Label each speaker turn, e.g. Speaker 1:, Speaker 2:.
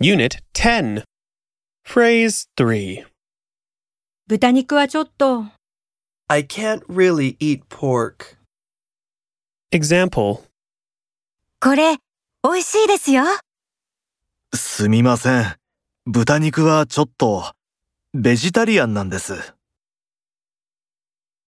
Speaker 1: Unit 10. Phrase 3.
Speaker 2: 豚肉はちょっと、
Speaker 3: I can't really eat pork.
Speaker 1: Example
Speaker 2: これ、美味しいですよ。
Speaker 4: すみません。豚肉はちょっと、ベジタリアンなんです。